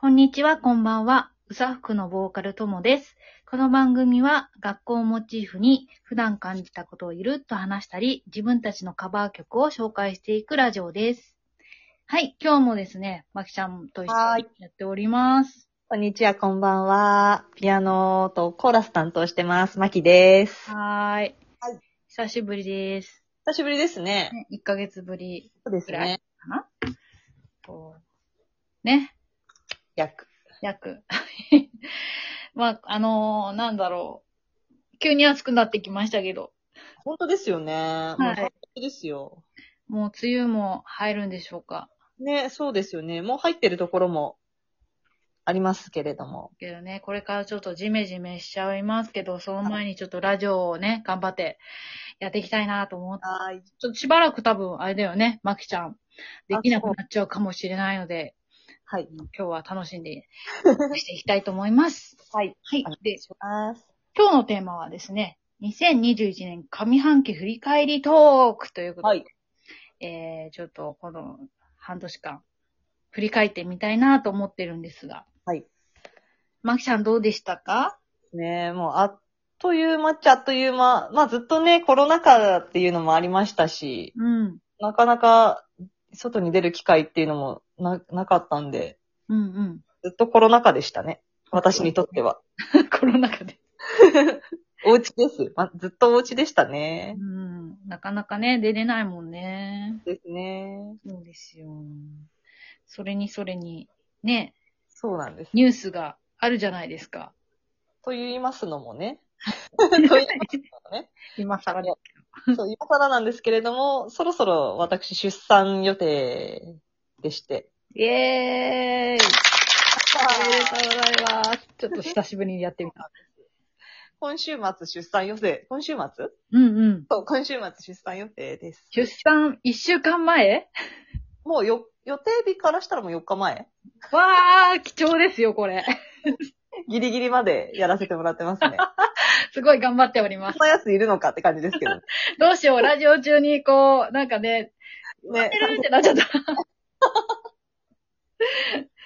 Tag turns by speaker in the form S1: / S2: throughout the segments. S1: こんにちは、こんばんは。うさふくのボーカルともです。この番組は学校をモチーフに普段感じたことをゆるっと話したり、自分たちのカバー曲を紹介していくラジオです。はい、今日もですね、まきちゃんと一緒
S2: はー
S1: に
S2: い
S1: やっております。
S2: こんにちは、こんばんは。ピアノとコーラス担当してます。まきです。
S1: はーい。
S2: はい
S1: 久しぶりです。
S2: 久しぶりですね。
S1: ね1ヶ月ぶり
S2: そうですね。
S1: かなこうね、
S2: 約。
S1: 約。 まあ、あのーなんだろう。急に暑くなってきましたけど。
S2: 本当ですよね。もう最近ですよ。
S1: もう梅雨も入るんでしょうか。
S2: ね、そうですよね。もう入ってるところもありますけれども。
S1: けどね、これからちょっとジメジメしちゃいますけど、その前にちょっとラジオをね、頑張ってやっていきたいなと思って、
S2: はい。
S1: ちょっとしばらく多分あれだよね、まきちゃん。できなくなっちゃうかもしれないので、
S2: はい。
S1: 今日は楽しんでしていきたいと思います。
S2: はい。
S1: はい。で、
S2: します。
S1: 今日のテーマはですね、2021年上半期振り返りトークということで、
S2: はい。
S1: えー、ちょっとこの半年間、振り返ってみたいなと思ってるんですが。
S2: はい。
S1: マキさんどうでしたか
S2: ね、もうあっという間っちゃあっという間。まあずっとね、コロナ禍っていうのもありましたし、
S1: うん。
S2: なかなか外に出る機会っていうのもな、なかったんで、
S1: うん
S2: ずっとコロナ禍でしたね。私にとっては。
S1: うん。 コロナ禍で。
S2: お家です。ま、ずっとお家でした
S1: う
S2: ね。
S1: ん。なかなかね、出れないもんね。
S2: ですね。
S1: そうですよ。それにそれに、ね、
S2: そうなんです。
S1: ニュースがあるじゃないですか。
S2: と言いますのもね。と言いますのもね。
S1: 今更で。
S2: そう、今更なんですけれども、そろそろ私出産予定でして。
S1: イエーイおめでとうございます。ちょっと久しぶりにやってみた。
S2: 今週末出産予定。今週末
S1: うんうん。
S2: そう、今週末出産予定です。
S1: 出産一週間前
S2: もうよ、予定日からしたらもう4日前
S1: わー、貴重ですよ、これ。
S2: ギリギリまでやらせてもらってますね。
S1: すごい頑張っておりま
S2: こ
S1: す
S2: ん。なやついるのかって感じですけど。
S1: どうしよう、ラジオ中にこう、なんかね、
S2: ね
S1: て。るってなっちゃった。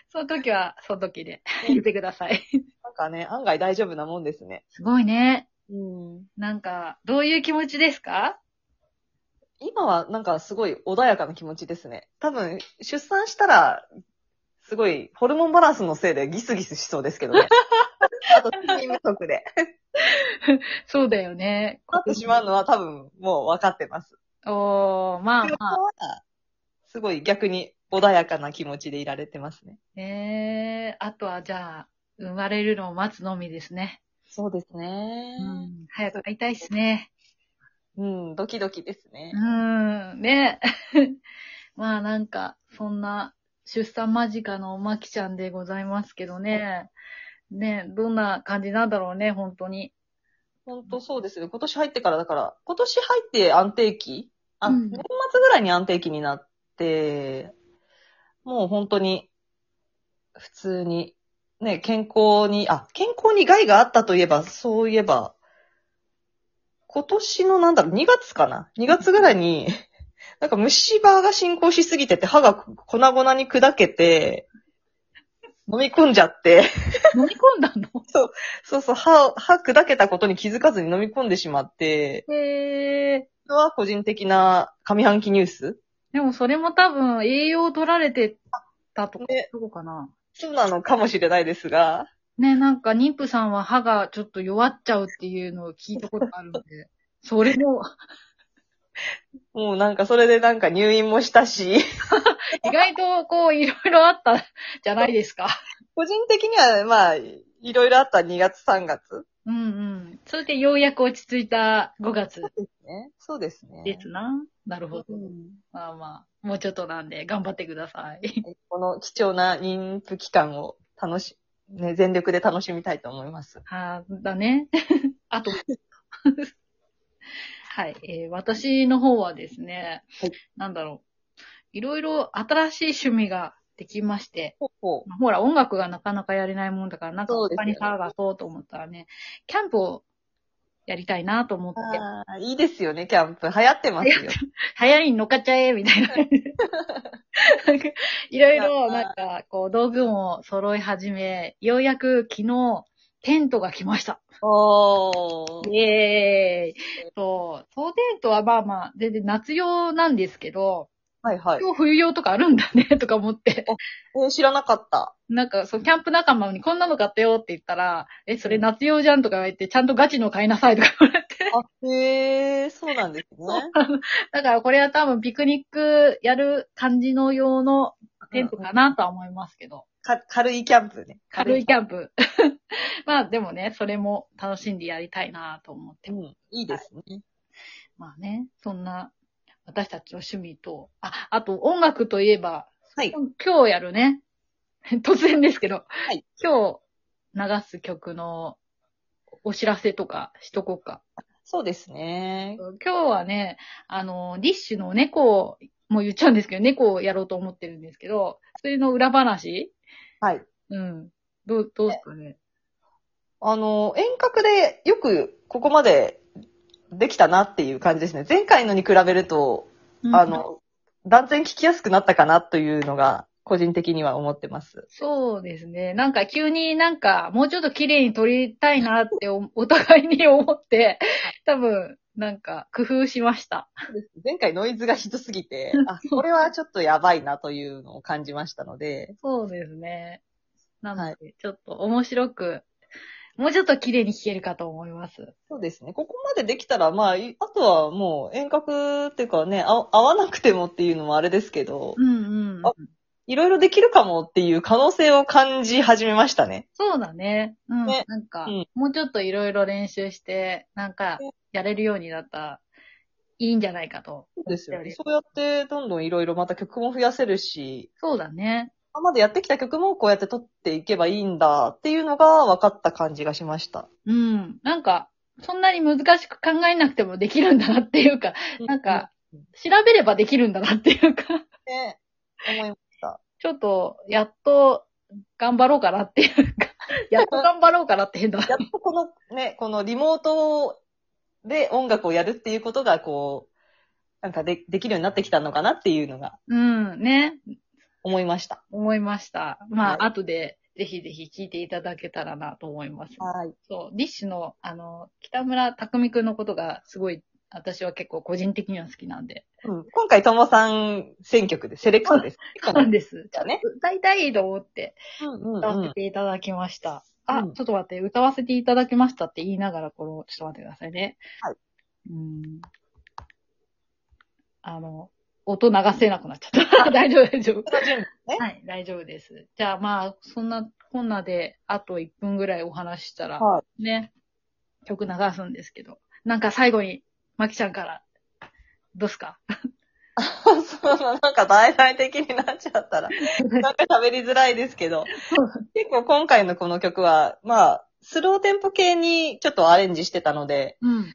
S1: その時は、その時で言ってください。
S2: なんかね、案外大丈夫なもんですね。
S1: すごいね。
S2: うん。
S1: なんか、どういう気持ちですか
S2: 今はなんかすごい穏やかな気持ちですね。多分、出産したら、すごい、ホルモンバランスのせいでギスギスしそうですけど ね。あと、睡眠不足で。
S1: そうだよね。
S2: なってしまうのは多分、もう分かってます。
S1: おー、まあ
S2: 旅行
S1: まあ。
S2: は、すごい逆に穏やかな気持ちでいられてますね。
S1: えー、あとはじゃあ、生まれるのを待つのみですね。
S2: そうですね
S1: うん、早く会いたいっすね。
S2: うん、ドキドキですね
S1: う。ーん、ね。 まあなんか、そんな出産間近のまきちゃんでございますけどね。ね、どんな感じなんだろうね、本当に。
S2: 本当そうですね。今年入ってからだから、今年入って安定期あ、
S1: うん
S2: 年末ぐらいに安定期になって、もう本当に、普通に、ね、健康に、あ、健康に害があったといえば、そういえば、今年のなんだろう、2月かな ?2 月ぐらいに、 なんか虫歯が進行しすぎてて、歯が粉々に砕けて、飲み込んじゃって、
S1: 飲み込んだの
S2: そうそう、歯を、歯砕けたことに気づかずに飲み込んでしまって、
S1: へえ。
S2: これは個人的な上半期ニュース
S1: でもそれも多分栄養取られてたとか
S2: ね、
S1: どこかな。
S2: そうなのかもしれないですが、
S1: ね、なんか妊婦さんは歯がちょっと弱っちゃうっていうのを聞いたことあるんで、 それも
S2: もうなんかそれでなんか入院もしたし、
S1: 意外とこういろいろあったじゃないですか。
S2: 個人的にはまあ、いろいろあった2月3月
S1: うんうん。それでようやく落ち着いた5月
S2: ね。そうですね。
S1: ですな。なるほど
S2: う。ん
S1: まあまあ、もうちょっとなんで頑張ってください。
S2: この貴重な妊婦期間を楽し、ね、全力で楽しみたいと思います。
S1: はあ、だね。 あと。 はい、えー私の方はですね、
S2: はい
S1: なんだろう。いろいろ新しい趣味ができまして、
S2: ほうほ
S1: まあほら、音楽がなかなかやれないもんだから、なんか
S2: そうです
S1: 他
S2: よね
S1: に探そうと思ったらね、キャンプをやりたいなと思って。
S2: ああ、いいですよね、キャンプ。流行ってますよ。
S1: 流行りに乗っかっちゃえみた いな。なんかいろいろ、
S2: いや
S1: なんか、こう、道具も揃い始め、ようやく昨日、テントが来ました。
S2: おー。
S1: イエーイ。そう、そうテントはまあまあ、全然夏用なんですけど、
S2: はいはい。
S1: 今日冬用とかあるんだね、とか思って。
S2: えー知らなか った。
S1: なんか、そう、キャンプ仲間にこんなの買ったよって言ったら、え、それ夏用じゃんとか言って、ちゃんとガチの買いなさいとか言われて。
S2: あ、へえ、そうなんですね。
S1: だからこれは多分ピクニックやる感じの用のテントかなとは思いますけど。
S2: か軽いキャンプね。
S1: 軽いキャンプ。まあでもね、それも楽しんでやりたいなと思って。
S2: うん、いいですね。
S1: まあね、そんな私たちの趣味と、あ、あと音楽といえば、
S2: はい。
S1: 今日やるね、 突然ですけど、
S2: い
S1: 今日流す曲のお知らせとかしとこうか。
S2: そうですね。
S1: 今日はね、あの、ディッシュの猫を、もう言っちゃうんですけど、猫をやろうと思ってるんですけど、それの裏話
S2: はい。
S1: うん。どう、どうですかね。
S2: あの、遠隔でよくここまでできたなっていう感じですね。前回のに比べると、あの、断然聞きやすくなったかなというのが、個人的には思ってます。
S1: そうですね。なんか急になんか、もうちょっと綺麗に撮りたいなって お、お互いに思って、多分、なんか、工夫しました。
S2: 前回ノイズがひどすぎ て、あ、これはちょっとやばいなというのを感じましたので、
S1: そうですね。なの
S2: は
S1: で、ちょっと面白く、もうちょっと綺麗に弾けるかと思います。
S2: そうですね。ここまでできたら、まあ、いあとはもう遠隔っていうかね、あ合わなくてもっていうのもあれですけど、
S1: うんうん
S2: あ。いろいろできるかもっていう可能性を感じ始めましたね。
S1: そうだね。うん。
S2: ね
S1: なんか、
S2: うん
S1: もうちょっといろいろ練習して、なんか、やれるようになったら、いいんじゃないかと。
S2: そうですよ
S1: 思っており
S2: ね。そうやってどんどんいろいろまた曲も増やせるし、
S1: そうだね。
S2: 今までやってきた曲もこうやって撮っていけばいいんだっていうのが分かった感じがしました。
S1: うん。なんか、そんなに難しく考えなくてもできるんだなっていうか、なんか、調べればできるんだなっていうか、
S2: うん、ね、思いま
S1: ちょっと、やっと、頑張ろうかなっていう か、やっと頑張ろうかなって変だな
S2: す。やっとこのね、このリモートで音楽をやるっていうことがこう、なんかでできるようになってきたのかなっていうのが
S1: うん、ね、
S2: 思いました。
S1: 思いました。まあ、
S2: は
S1: 後で、ぜひぜひ聞いていただけたらなと思います。
S2: はい。
S1: そう、ディッシュの、あの、北村匠くんのことが、すごい、私は結構個人的には好きなんで。
S2: うん、今回、ともさん選曲で、セレクトです。
S1: そうなん です。
S2: じゃあね。
S1: 歌いたいと思って、
S2: うんうん
S1: 歌わ
S2: う
S1: せ
S2: ん。
S1: ていただきました。
S2: う
S1: あ、
S2: ん
S1: ちょっと待って、歌わせていただきましたって言いながら、この、ちょっと待ってくださいね。
S2: はい。
S1: うん。あの、音流せなくなっちゃった。 大丈夫、大丈夫。
S2: その準備ね。
S1: はい、大丈夫です。じゃあまあ、そんなこんなで、あと1分ぐらいお話ししたら、
S2: はい。
S1: ね、曲流すんですけど。なんか最後に、まきちゃんから、どうすか
S2: そうなの、なんか大々的になっちゃった ら、なんか喋りづらいですけど、結構今回のこの曲は、まあ、スローテンポ系にちょっとアレンジしてたので、
S1: うん。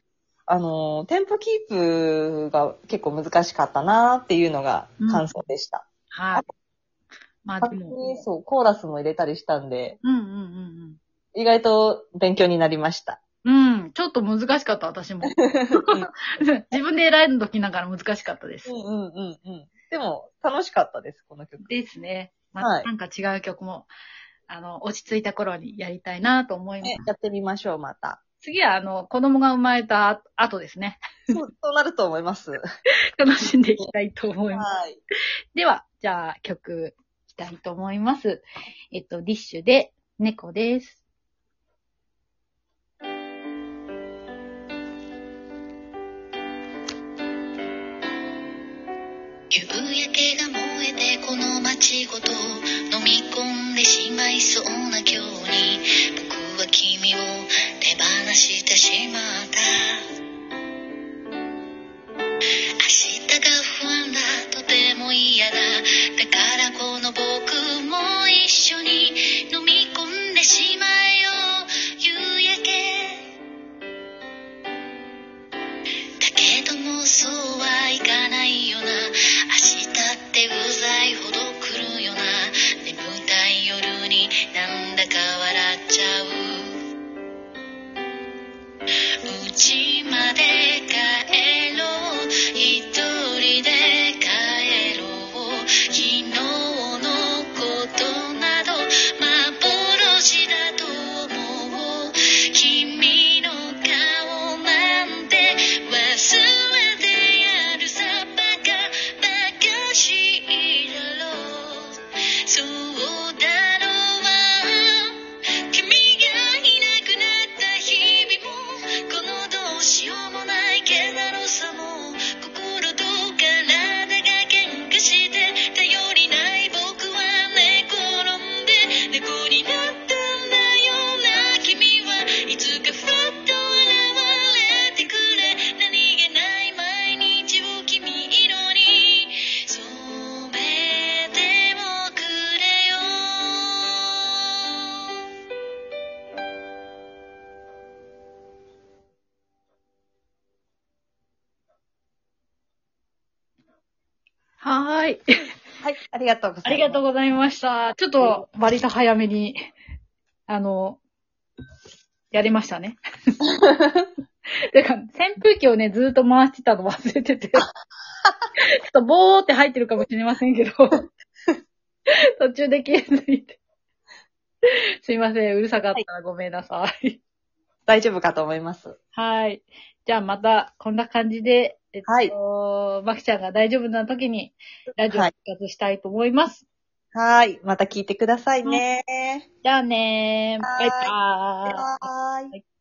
S2: あの、テンポキープが結構難しかったなっていうのが感想でした。
S1: はい。まあでも、
S2: そう、コーラスも入れたりしたんで、
S1: うんうんうん
S2: 意外と勉強になりま した。
S1: うん。うん、ちょっと難しかった、私も。 自分で選んどきながら難しかったです
S2: うん。うんうんうん。でも、楽しかったです、この曲。
S1: ですね。ま
S2: は
S1: た
S2: い
S1: なんか違う曲も、あの、落ち着いた頃にやりたいなと思います。
S2: ね、やってみましょう、また。
S1: 次は、あの、子供が生まれた後ですね。
S2: そう、そうなると思います。は
S1: 楽しんでいきたいと思います。
S2: い。
S1: では、じゃあ曲いきたいと思います。えっと、ディッシュで猫です。
S3: 夕焼けが燃えてこの街ごと飲み込んでしまいそうな今日に僕は君を手放してしまった明日が不安だとても嫌だだからこの僕も一緒に飲み込んでしまえよ夕焼けだけどもそうはいかないよな明日ってうざいほど来るよな眠たい夜になんだか笑っちゃう打ち
S1: はーい。
S2: はい、ありがとうございます。
S1: ありがとうございました。ちょっと、割と早めに、あの、やりましたね。てか、扇風機をね、ずーっと回してたの忘れてて、ちょっとボーって入ってるかもしれませんけど、途中で消えすぎて。すいません、うるさかったらごめんなさい。
S2: 大丈夫かと思います。
S1: はい。じゃあまた、こんな感じで、えっと、
S2: はい
S1: まきちゃんが大丈夫な時に、ラジオ復活したいと思います。
S2: はーい。また聞いてくださいね。
S1: じゃあねー。バ
S2: はー
S1: イ
S2: い
S1: バーイ。
S2: はーい。